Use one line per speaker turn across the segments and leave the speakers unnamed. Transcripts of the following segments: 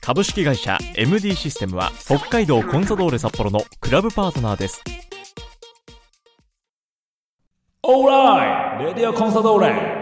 株式会社 MD システムは北海道コンサドーレ札幌のクラブパートナーです
オーライレディオコンサドーレ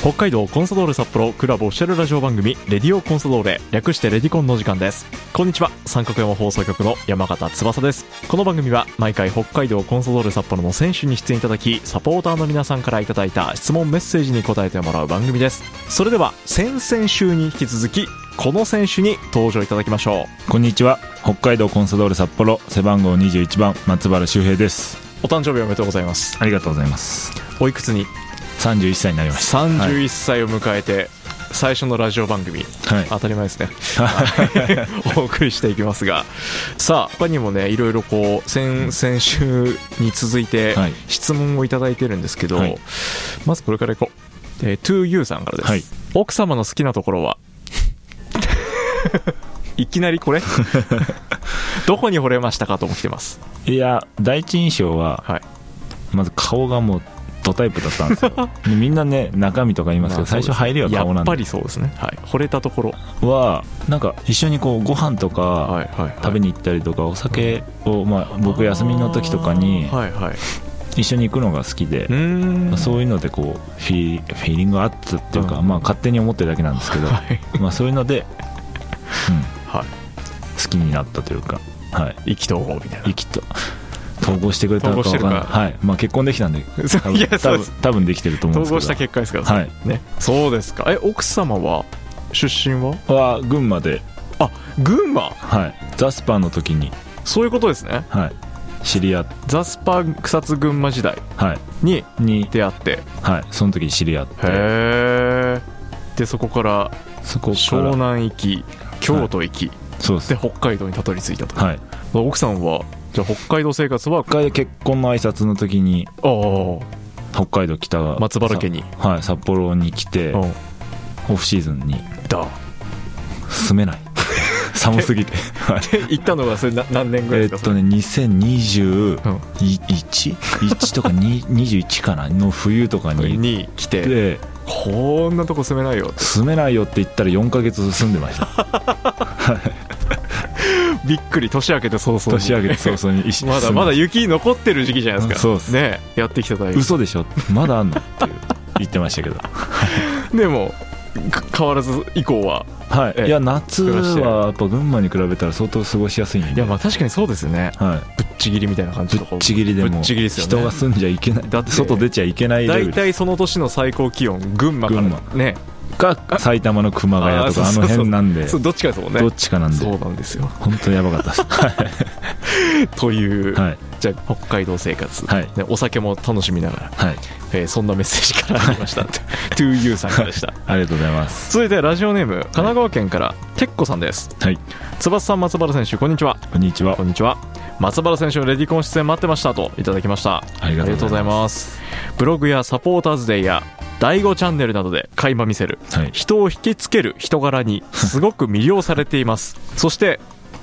北海道コンサドーレ札幌クラブオフィシャルラジオ番組レディオコンサドーレ略してレディコンの時間ですこんにちは三角山放送局の山形翼ですこの番組は毎回北海道コンサドーレ札幌の選手に出演いただきサポーターの皆さんからいただいた質問メッセージに答えてもらう番組ですそれでは先々週に引き続きこの選手に登場いただきましょう
こんにちは北海道コンサドーレ札幌背番号21番松原修平です
お誕生日おめでとうございます
ありがとうございます
おいくつに
31歳になりまし
31歳を迎えて、最初のラジオ番組
たはい
当たり前ですね お送りしていきますがさあ他にもねいろいろこう先先週に続いて
はい
質問をいただいてるんですけど、
はい
まずこれからいこう、えー、2U さんからです、
はい
奥様の好きなところは いきなり これどこに惚れましたかと思ってます
いや第一印象は、
はい
まず顔がもうドタイプだったんですよ でみんなね中身とか言いますけど、
まあ
最初入りは顔
や
な
っ
ん
ぱ
で
りそうですね、はい、惚れたところ、
はなんか一緒にこうご飯とか
いはい
食べに行ったりとかお酒を、まあ、僕休みの時とかに
はいはい、
一緒に行くのが好きで、
うーん
そういうのでこうフィーフィーリングがあったっていうか、
うん
まあ勝手に思ってるだけなんですけど、
はい
まあそういうので、うん、
は
好きになったというか、はい、
い、意気投合みたいな
意気と統合してくれたのかわかんない、
統合してるか
はい、まあ結婚できたんで、多分
いやそう
多
で
分
す
多分できてると思うん
統
ですけど。
合した結果ですから、
はい
ね、そうですかえ奥様は出身は
は群馬で、
あ群馬
はい、ザスパーの時に、
そういうことですね
はい、知り合っ
ザスパ草津群馬時代
はい、
に
に、
出会って
はい、その時に知り合って、
へえでそこから
そこか
湘
ら、
南行き京都行き、
そうです
で
ね。
北海道にたどり着いたと、
はい、
奥さんはじゃあ北海道生活は
北海道結婚の挨拶の時に
あ
北海道北が
あ松原家に
はい、札幌に来て
うん
オフシーズンに
だ
住めない 寒すぎてはい
で行ったのがそれな何年ぐら
え
いで
っ
すか、
とね
う
2021
ん
と かに21かなの冬とかに行っ
に来て
て
こんなとこ住めないよ
住めないよって言ったら4ヶ月住んで ました
びっくり年明けて早々に
年明けて早々に一緒に
まだ
住んで
まだ雪残ってる時期じゃないですか。
そうっす
ねやってきた大
嘘でしょまだあんのっていう言ってまし たけど
でも、か変わらず以降は。
は
ええ
いいや夏はやっぱ群馬に比べたら相当過ごしやすいん
い
で
や、まあ確かにそうですね。
はい
ぶっちぎりみたいな感じ
ぶ
と
っ
か。
ちぎりで
ぶ
も
っちぎりですよね
人が住んじゃいけない
だって
外出ちゃいけないレベ
大
ル
体その年の最高気温、群馬から
群馬
ね。
か埼玉の熊谷と
あー
か
そう
あ
そうそう
の辺なんで
そう、どっちかですもんね
どっ。ちかなんで
そうなんですよ。
本当にやばかった です
という、
はい
じゃあ北海道生活、
はい
ねお酒も楽しみながら、
はい
えーそんなメッセージからありました。2U さんからでした。
ありがとうございます
続いてラジオネーム、神奈川県から、てっこさんです。
はい
翼さん、松原選手、こんにちは。
こんにちは
こんにちは松原選手のレディコン出演待ってましたといただきました
ありがとうございます
すブログやサポーターズデイや第5チャンネルなどで垣間見せる
はい
人を引きつける人柄にすごく魅了されています そして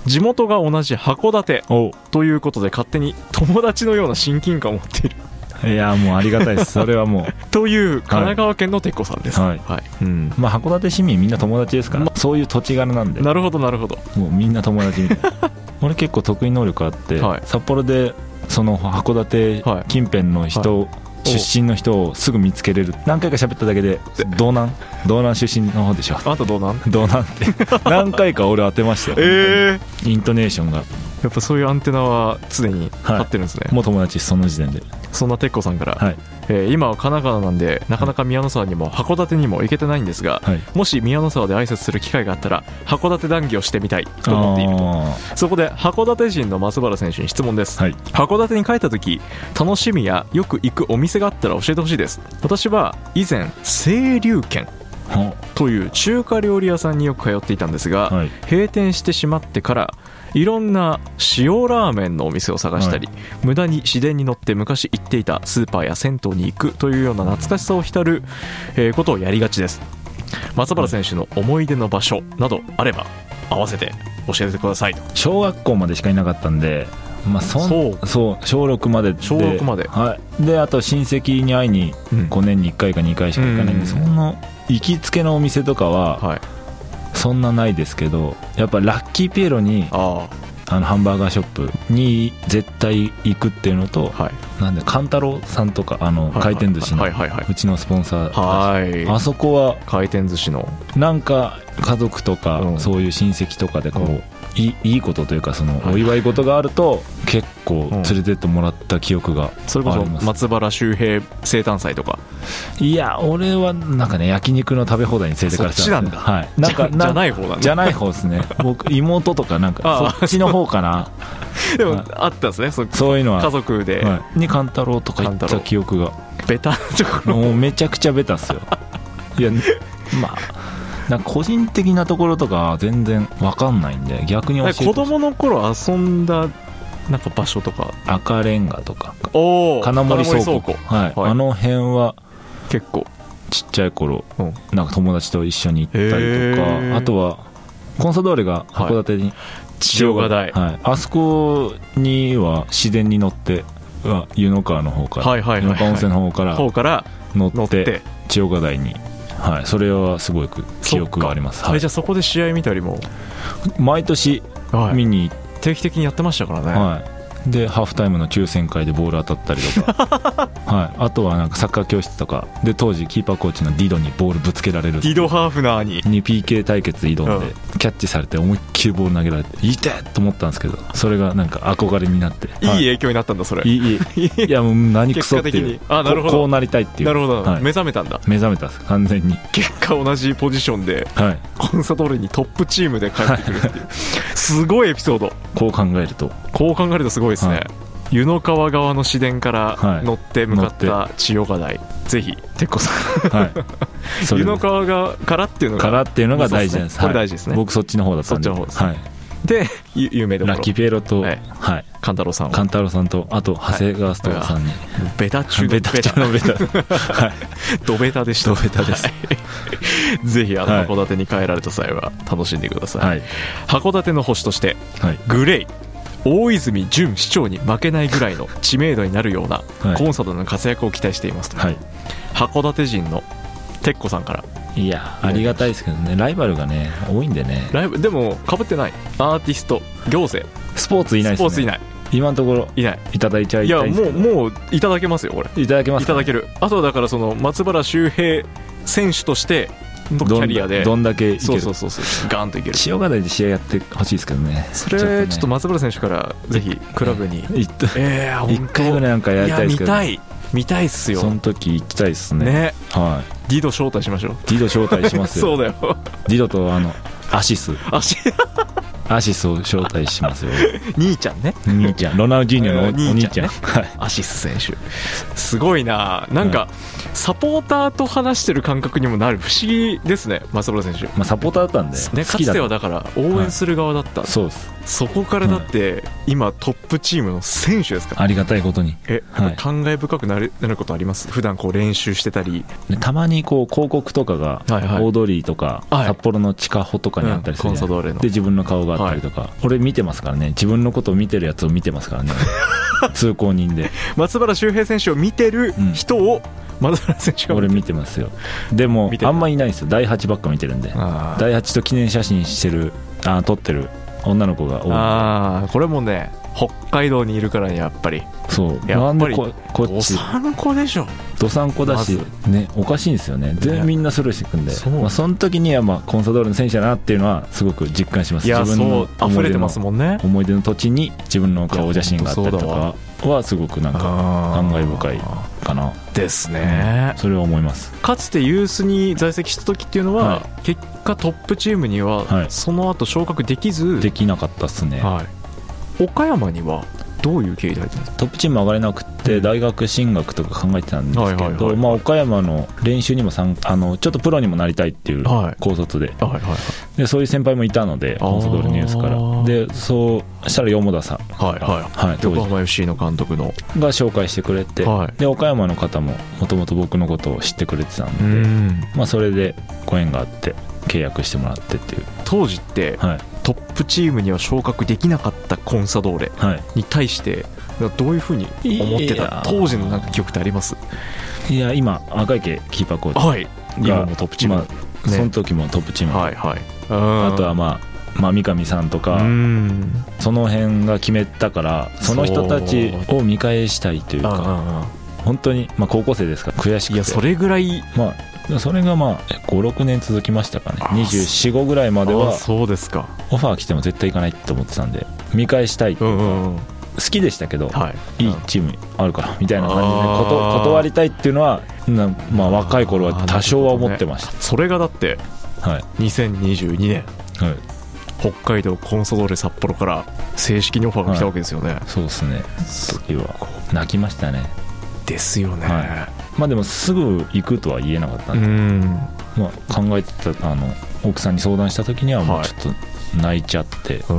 地元が同じ函館
お
ということで勝手に友達のような親近感を持っている
いやもうありがたいですそれはも
という神奈川県のてっこさんです
はい
うん
うまあ 函館市民みんな友達ですから、
ま
そういう土地柄なんで
なるほどなるほど
もうみんな友達みたい な俺結構得意能力あって、
はい
札幌でその函
はい
館近辺の人、
お
出身の人をすぐ見つけれる何回か喋っただけで道南道南出身の方でしょ
あなたどうなん
道南 って何回か俺当てましたよ、
ええ
イントネーションが
やっぱそういうアンテナは常に張ってるんですね、
もう友達その時点で
そんなてっこさんから、
はい
えー今は神奈川なんでなかなか宮の沢にも函館にも行けてないんですが、
はい
もし宮の沢で挨拶する機会があったら函館談義をしてみたいと思っている
あ
とそこで函館人の松原選手に質問です、
ーはい
函館に帰った時楽しみやよく行くお店があったら教えてほしいです私は以前清流軒
ほ
という中華料理屋さんによく通っていたんですが、
はい
閉店してしまってからいろんな塩ラーメンのお店を探したり、無駄に市電に乗って昔行っていたスーパーや銭湯に行くというような懐かしさを浸る、えーことをやりがちです松原選手の思い出の場所などあれば合わせて教えてくださいと
小学校までしかいなかったんで、まあ、そん
そ
そう小6までで
小六まで
はい、であと親戚に会いに
うん
5年に1回か2回しか行かないん
う
で、
ん
その行きつけのお店とかは
はい
そんなないですけどやっぱラッキーピエロに
あ
あのハンバーガーショップに絶対行くっていうのと
あはい
なんで勘太郎さんとかあの
はい
回転寿司の
はいはいはいう
ちのスポンサー
はい
あそこは
回転寿司の
なんか家族と
う
か
ん
そういう親戚とかでこ
う
ういいいいことというかその
はい
お祝い事があると結構
うん
連れてってもらった記憶が
それこそ
あります
松原周平生誕祭とか
いや俺はなんかね焼肉の食べ放題に連れてかれてた
そっちなんだ
はいなんか
じゃじゃないい方なんだ
じゃない方 ですね僕妹とかなん
あ
かそっちの方かな
でも、
はい
あったんですねそ
そういうのは
家族で、
はいに勘太郎とか行った記憶が
ベタなところ
もうめちゃくちゃベタっ すよいやまあなんか個人的なところとか全然わかんないんで逆に教えて
子供の頃遊んだなんか場所とか
赤レンガとか
おお
金森倉庫はい
はい
あの辺は
結構
ちっちゃい頃、
うん
なんか友達と一緒に行ったり
へ
と
ー
かあとはコンサドーレが函館に、
地上が大
はい、あそこには市電に乗ってうわ湯の川の方から、
はいはいはいはい
湯の川温泉の方から
方から
乗って
乗って
千代台に、はい、それはすごい記憶があります、
あ
は
れ
い
じゃ、あそこで試合見たりも、
毎年
はい
見に行っ
定期的にやってましたからね、
て、はい、でハーフタイムの抽選会でボール当たったり とか、はい、あとはなんかサッカー教室とかで当時キーパーコーチのディドにボールぶつけられる
ディド・ハーフナーに
に PK 対決挑んで、
う
キャッチされて思いっきりボール投げられて痛いと思ったんですけどそれがなんか憧れになって
いい
はい
影響になったんだそれ、
いい いいいやもう何クソってい
結
う
果的にあなるほど
ここうなりたいっていう
なるほど、
はい
目覚めたんだ
目覚めたんです完全に
結果同じポジションで
はい
コンサドーレにトップチームで帰ってくるっていうすごいエピソード
こう考えると
こう考えるとすごいですね、
はい
湯の川側の市電か
は
ら
い
乗って向かっ
乗
た千代ヶ台、ぜひ鉄子さ
はい
ん
そ
湯
れ
の
で
川がからっていうのが
からっていうのが大事なんです
そうですねこれ
はい
大事ですね
僕そっちの方だったんで
そっちの方ですね
はい
でゆ有名どこ
ラ
ろ
ッキーピエロと、
は
はいい、
勘太郎さんは
勘太郎さんと、あと、長谷川ストーさんに、
ベタ中の
ベタベタのベタ、 はい、
ドベタでした
ドベタです
はいぜひあの
はい
函館に帰られた際は楽しんでください、
はい、
函館の星として
はい、
グレイ大泉純市長に負けないぐらいの知名度になるような
はい
コンサートの活躍を期待していますと、
は
函館人の鉄子さんから
い、いや、ありがたいですけどね、ライバルがね、多いんでね、
ライブでもかぶってないアーティスト行政
スポーツいないで
ス
す
ポ
ね、
ーツいない
今のところ、
いない
いただいちゃ
い
い
や
たいです
も
け
う
ど、
もういただけますよ俺
いただけます
いただけ
る
るあとはだからその松原周平選手としてのキ
どん
ャリアで
どんだけいける
そうそうそうそうガンといける
塩ヶ台で試合やってほしいですけどね、
それちょっと
ね
松原選手からぜひクラブに
一回
ええー
一回ぐらいなんかや
い
りた
や
いで
見
すけど、
たい見たいっす
そ
よ
の時行きたいですね、
ね
は
ディド招待しましょう
い、ディド招待します
そ
よ、
うだよ
ディドとあのアシス、
足
アシスを招待しますよ。
兄ちゃんね
兄ちゃんロナウジーニョのお
えー
お兄ちゃん
兄
はい
アシス選手すごいななんか、
は
サポーターと話してる感覚にもなる不思議ですね松原選手、
まあサポーターだったんで
ね、か
好き
つ
だ
て
っ
はだから応援する側だった、
た
そ
そうです
こからだって、今トップチームの選手ですから
ありがたいことに
え、
はい
やっぱ感慨深くなるなることあります普段こう練習してたり
ねたまにこう広告とかが
はいはい
大通りとか
はい
札幌の地下歩とかにあったりす
うん
る
コンサ
じゃない
ドーレの
で自分の顔があったりとか俺見てますからね自分のことを見てるやつを見てますか らね通行人で
松原周平選手を見てる人を松原選手が
俺見てますよでも
見てる
あんまいないですよ第8ばっか見てるんで
あー
第8と記念写真してるあー撮ってる女の子が多
あーこれもね北海道にいるからねやっぱり
いそう
やっぱり
なんでここっ
お
ち
散歩でしょ
どさんこだし
ま、
ね、おかしいんですよね、全
ね
員みんなスルーしていくんで、
そう
まあ、その時にはまあコンサドールの選手だなっていうのは、すごく実感します、
いやそう溢れてます
の
もんね
思い出の土地に自分の顔写真があったりと
いや本
かは、すごくなんか
感
感慨深いかな、
ですね、
それは思います、
かつてユースに在籍した時っていうのは、
は
結果トップチームには、
はい
その後昇格できず
できなかったっすね、
はい岡山にはどういう経緯で入ったんですか
トップチーム上がれなくって大学進学とか考えてたんですけ
はいはいはいは
ど
い
まあ岡山の練習にも参あのちょっとプロにもなりたいっていう
はい
高卒で,、
はいはい
でそういう先輩もいたので
あー
コンサドールニュースからでそうしたら四田さん、
はいはい
はい、当
横
時
浜 FC の監督の
が紹介してくれて、
はい
で岡山の方ももともと僕のことを知ってくれてたん
う
で、
ん
まあ、それでご縁があって契約してもらってっていう
当時って
はい
トップチームには昇格できなかったコンサドーレ
はい
に対してどういうふうに思って
い
た
や
当時のなんか記憶ってあります
いや今赤池キーパーコーチ
はい
が
今もトップチーム、
まあ
ね
その時もトップチーム、
はいはい
あとは
ま
まあ、まあ、三上さんとか、
うん
その辺が決めたからその人たちを見返したいというか
ああ
本当に、まあ、高校生ですから悔しくて
いやそれぐらい
まあ、それがまあ56年続きましたかね
あ
245ぐらいまで
あ
は
そうですか
オファー来ても絶対行かないと思ってたんで見返したい好
うんうんうん
きでしたけど、
はい
いいチームあるからみたいな感じで
あー
こと断りたいっていうのはな、まあ、若い頃は多少は思ってました、
それがだって
はい、
2022年
はい、
北海道コンソドーレ札幌から正式にオファーが来たわけですよね、
そうですね時は泣きましたね
ですよね、
はまあでもすぐ行くとは言えなかった
うん
で、
ん
まあ、考えてたあの奥さんに相談した時にはもう
はい
ちょっと泣いちゃって、
あ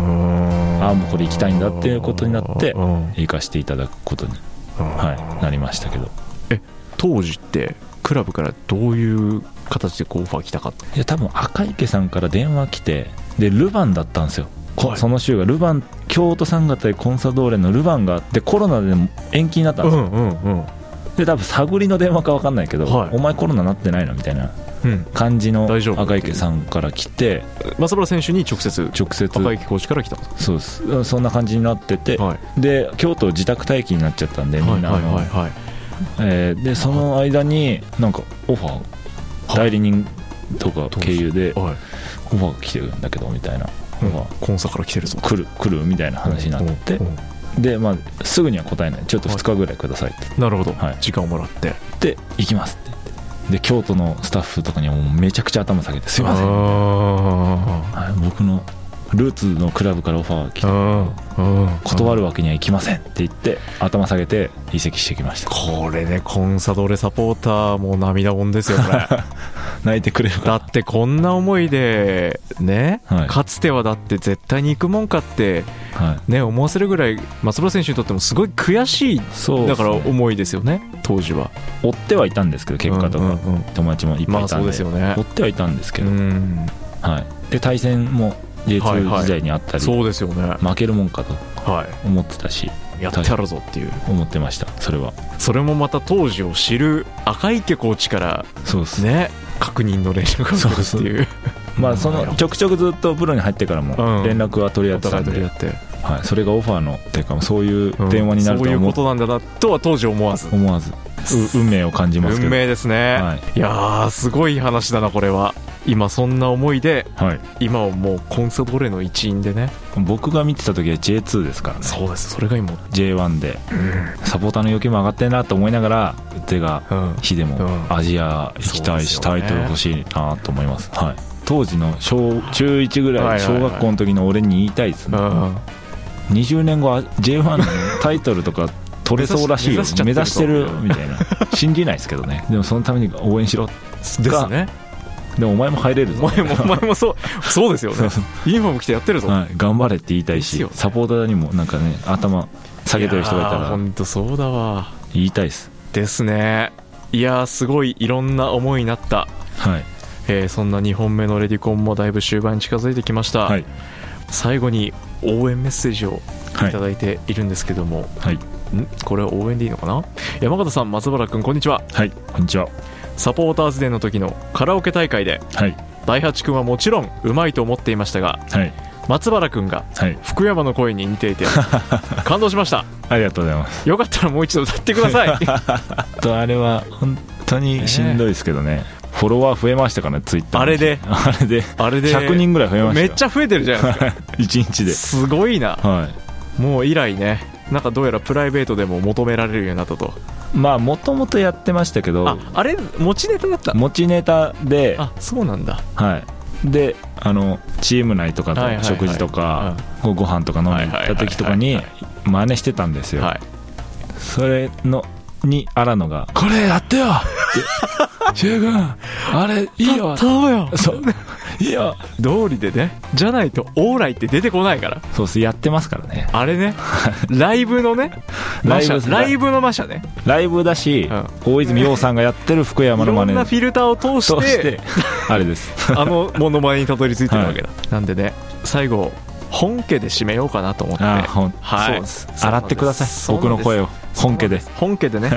ああもうこれ行きたいんだっていうことになって
うん
行かせていただくことに、はい、なりましたけど
当時ってクラブからどういう形でこうオファー来たかった
いや多分赤池さんから電話来てでルヴァンだったんですよ、こ
はい
その週がルヴァン京都三月でコンサドーレのルヴァンがあってコロナで延期になったんですよ、
うんうん
で多分探りの電話か分かんないけど、
はい
お前コロナなってないのみたいな
うん
感じの
大丈夫
赤池さんから来て
松原選手に直接
直接
赤池コーチから来たんですか
そうですそんな感じになってて、
はい
で京都自宅待機になっちゃったんでみ
はい
んな、
はいはい
あの
はい
えーでその間になんかオファー代理人とか経由でオ
はい
ファー来てるんだけどみたいな、
うん
オファー
コンサから来てるぞ
来る来るみたいな話になって
うんうん
で、まあ、すぐには答えないちょっと2日ぐらいくださいって
なるほど、
はい
時間をもらって
言って行きますって言ってで京都のスタッフとかにはもうめちゃくちゃ頭下げてすいません、
あ
はい、僕のルーツのクラブからオファー来て
ーうんうん
断るわけにはいきませんって言って頭下げて移籍してきました
これねコンサドーレサポーターも涙もんですよこれ
泣いてくれる
だ
か
ってこんな思いでね、
はい
かつてはだって絶対に行くもんかって
ら、はい、
ね思わせるぐらい松原選手にとってもすごい悔しい
そう
だから
ですね
思いですよね当時は
追ってはいたんですけど結果とか、
うんうんうん
友達もいっぱ
ま
い
あ
いた
そ
ん
う
で,、
ですよね
追ってはいたんですけ
う
ど、
ん
はい、で対戦も J2 時代にあったり、
そうですよね
負けるもんかと
は
思ってたし
いやってやるぞっていう
思ってましたそれは
それもまた当時を知る赤池コーチから
そうですね
ね確認の連絡が来るっていう
まあそのちょくちょくずっとプロに入ってから
うん
も連絡は取り合
お
ってた
互
ん
い
で、
取り合って
はい、それがオファーのっていうかそういう電話になる
そう
と
い
は
う
思,、
ことなんだなとは当時思わず
思わずう運命を感じますけ
運
ど
命ですね、、
はい
やーすごい話だなこれは今そんな思いで
はい、
今はもうコンサドーレの一員でね
僕が見てた時は J2 ですからね
そうですそれが今
J1 でサポーターの要求も上がってるなと思いながら手が
うん
日でも
うん
アジア行きたいし、
そう
タ
ですよね
イトル欲しいなと思います、はい、当時の小中1ぐ
は
ら
い
い
はいはい
小学校の時の俺に言いたいですね、
うん
20年後は J1 のタイトルとか取れそうらしい
目
よ
指し
目指してる
目
みたいな信じないですけど ねでもそのために応援しろ
ですね
でもお前も入れる
お
ぞ
前もお前もそうそうですよね
そうそう
ユニフォーム着てやってるぞ、
はい、頑張れって言いたい
です
し
よね
サポーターにもなんかね頭下げてる人がいたら
本当そうだわ
言いたいです
ですねいやーすごいいろんな思いになった、
はい、
えーそんな2本目のレディコンもだいぶ終盤に近づいてきました、
はい
最後に応援メッセージを
はい
いただいているんですけども、
はい
んこれは応援でいいのかな山形さん松原君こんにちは
はいこんにちは
サポーターズデーの時のカラオケ大会で
はい
大八君はもちろんうまいと思っていましたが
はい
松原君が
はい
福山の声に似ていて 感動しました
ありがとうございます
よかったらもう一度歌ってください
とあれは本当にしんどいですけどね、フォロワー増えましたからねツイッター
あれで
あれで
あれで
100人ぐらい増えました
め
よ
っ ちゃ増えてるじゃないですか
1日です
ごいな
は
もう以来ねなんかどうやらプライベートでも求められるようになったと
いまあもともとやってましたけ
あ
ど
あれ持ちネタだった
持ちネタで
あそうなんだ
はいであのチーム内とか
はいはいは
と
い
食事とかごご飯とか飲みに行った時とかに
はいはいはい
真似してたんですよ、
はい
それのに荒野が「これやってよ!」って「柊君あれいいよ!」
頼むよ
そういいよ
道理でねじゃないとオーライって出てこないから
そうっすやってますからね
あ れねライブのね
ラ
マ
イ
シ
ブ
ャライブのマシャね
ライブだし、
うん
大泉洋さんがやってる福山
いろ
の真
ん
似
なフィルターを通して
としてあれ です
あのモノマネにたどり着いてるわけだ、なんでね最後本家で締めようかなと思って
あーほん、
はい
そうです
そう
洗
なんです
ってください
そう
僕
なん
の
です
声を本家で
本家でね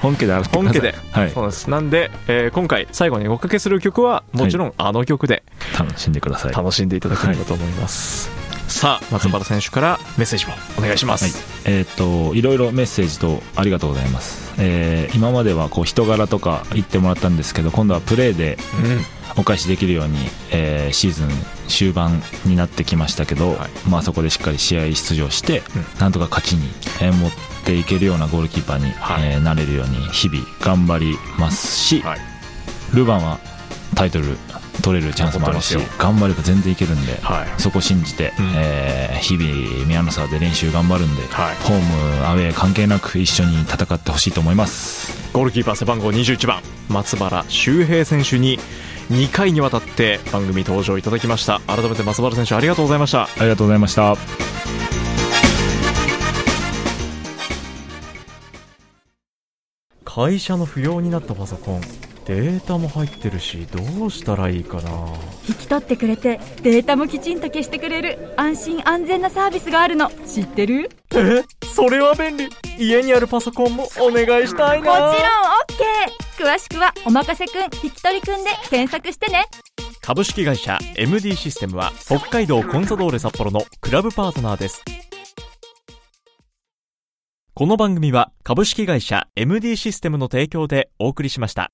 本家で洗ってください
本家で
はい
そうなんですなんで、えー今回最後におかけする曲はもちろんあの曲で
楽しんでください
楽しんでいただければと思います、さあ松原選手からメッセージもお願いします、
はい、えっ、といろいろメッセージとありがとうございます、えー今まではこう人柄とか言ってもらったんですけど今度はプレーでお返しできるように、えーシーズン終盤になってきましたけど、
はい
まあ、そこでしっかり試合出場して、
う
なんとか勝ちに、えー持っていけるようなゴールキーパーに、
はい
えーなれるように日々頑張りますし、
はい
ルヴァンはタイトル取れるチャンスもあるし
本当で
頑張れば全然いけるんで、
はい
そこ信じて、
うん
えー日々宮の沢で練習頑張るんで、
はい
ホームアウェー関係なく一緒に戦ってほしいと思います
ゴールキーパー背番号21番松原修平選手に2回にわたって番組登場いただきました改めて松原選手ありがとうございました
ありがとうございました
会社の不要になったパソコンデータも入ってるしどうしたらいいかな
引き取ってくれてデータもきちんと消してくれる安心安全なサービスがあるの知ってる
えそれは便利家にあるパソコンもお願いしたい
もちろん OK 詳しくは「おまかせくん引き取りくん」で検索してね
株式会社 MD システムは北海道コンサドーレ札幌のクラブパートナーですこの番組は株式会社 MD システムの提供でお送りしました